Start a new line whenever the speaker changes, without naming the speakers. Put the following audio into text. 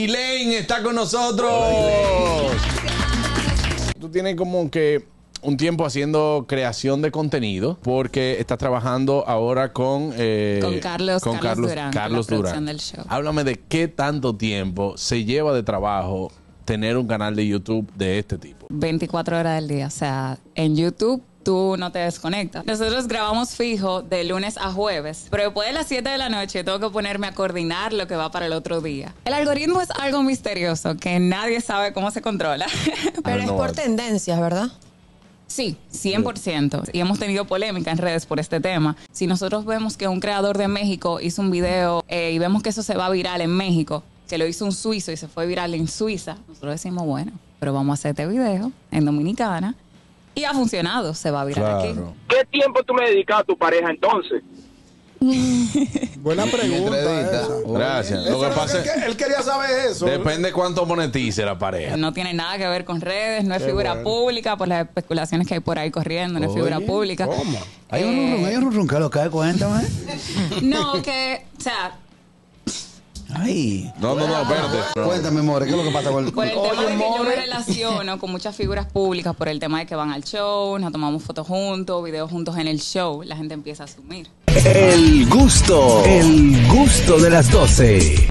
Dilaine está con nosotros. Tú tienes como que un tiempo haciendo creación de contenido porque estás trabajando ahora con eh,
Con Carlos-
con Carlos
Carlos Durán,
Carlos
con la producción
Durán.
del show.
Háblame de qué tanto tiempo se lleva de trabajo tener un canal de YouTube de este tipo.
24 horas del día. O sea, en YouTube tú no te desconectas. Nosotros grabamos fijo de lunes a jueves, pero después de las 7 de la noche tengo que ponerme a coordinar lo que va para el otro día. El algoritmo es algo misterioso que nadie sabe cómo se controla.
I
Pero es
don't
por
know.
tendencias, ¿verdad?
Sí, 100%. Y hemos tenido polémica en redes por este tema. Si nosotros vemos que un creador de México hizo un video eh, y vemos que eso se va viral en México, que lo hizo un suizo y se fue viral en Suiza, nosotros decimos, bueno, pero vamos a hacer este video en Dominicana. Y ha funcionado, se va viral aquí.
¿Qué tiempo tú me dedicas a tu pareja entonces?
Buena pregunta.
entrevista.
esa.
Gracias.
Eso
Lo que
era
pasa
él, que- él quería saber eso.
Depende cuánto monetice la pareja.
No tiene nada que ver con redes, no es
Qué
figura
bueno.
pública, por las especulaciones que hay por ahí corriendo, no es
Oye,
figura pública.
¿cómo?
Hay
Eh,
un run, hay ¿eh? un run, Carlos, cae, cuéntame.
No, que, o sea,
Ay.
No, no, no, espérate.
Cuéntame, more, ¿qué es lo que pasa con el...
Por el
Oye,
tema de que yo me
more.
relaciono con muchas figuras públicas, por el tema de que van al show, nos tomamos fotos juntos, videos juntos en el show, la gente empieza a asumir.
El gusto, el gusto de las 12.